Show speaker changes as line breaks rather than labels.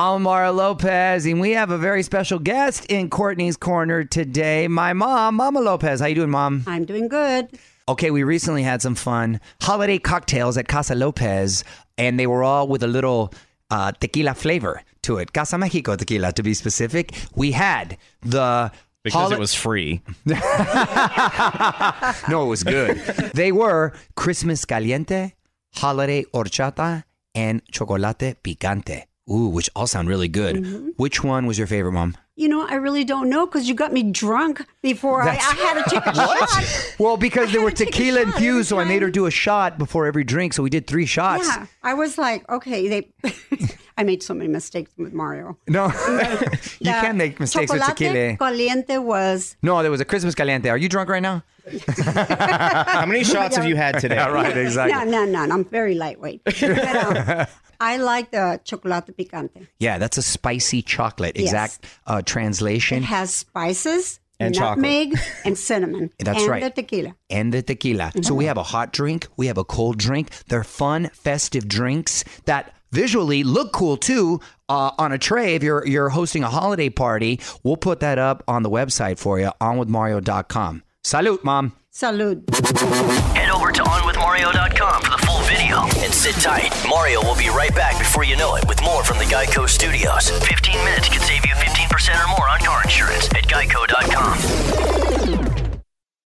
Almara Lopez, and we have a very special guest in Courtney's Corner today. My mom, Mama Lopez. How you doing, Mom?
I'm doing good.
Okay, we recently had some fun holiday cocktails at Casa Lopez, and they were all with a little uh, tequila flavor to it. Casa Mexico tequila, to be specific. We had the
because
holi-
it was free.
no, it was good. they were Christmas caliente, holiday horchata, and chocolate picante. Ooh, which all sound really good. Which one was your favorite, Mom?
You know, I really don't know because you got me drunk before I, I
That's-
had to take a shot.
Well, because they
had
were
to take a
tequila
shot every
infused, so I made her
time.
do a shot before every drink. So we did three shots.
Yeah, I was like, okay, they. I made so many mistakes with Mario.
No, you
The
can make mistakes with
chocolate
tequila.
Caliente was
No, there was a Christmas caliente. Are you drunk right now?
How many shots have you had today?
right,
No, no, no. I'm very lightweight. But, um, I like the chocolate picante.
Yeah, that's a spicy chocolate.
Yes.
Exact uh,
It
translation.
has spices,
And chocolate.
nutmeg, and cinnamon.
That's
and
right.
the tequila.
and the tequila. So
Mm-hmm.
we have a hot drink, we have a cold drink. They're fun, festive drinks that visually look cool too uh, on a tray. If you're you're hosting a holiday party, we'll put that up on the website for you, onwithmario.com. Salute, mom.
Salud.
Head over to onwithmario.com for the full video and sit tight. Mario will be right back before you know it with more from the Geico Studios. 15 minutes could save you 15% or more on car insurance at geico.com.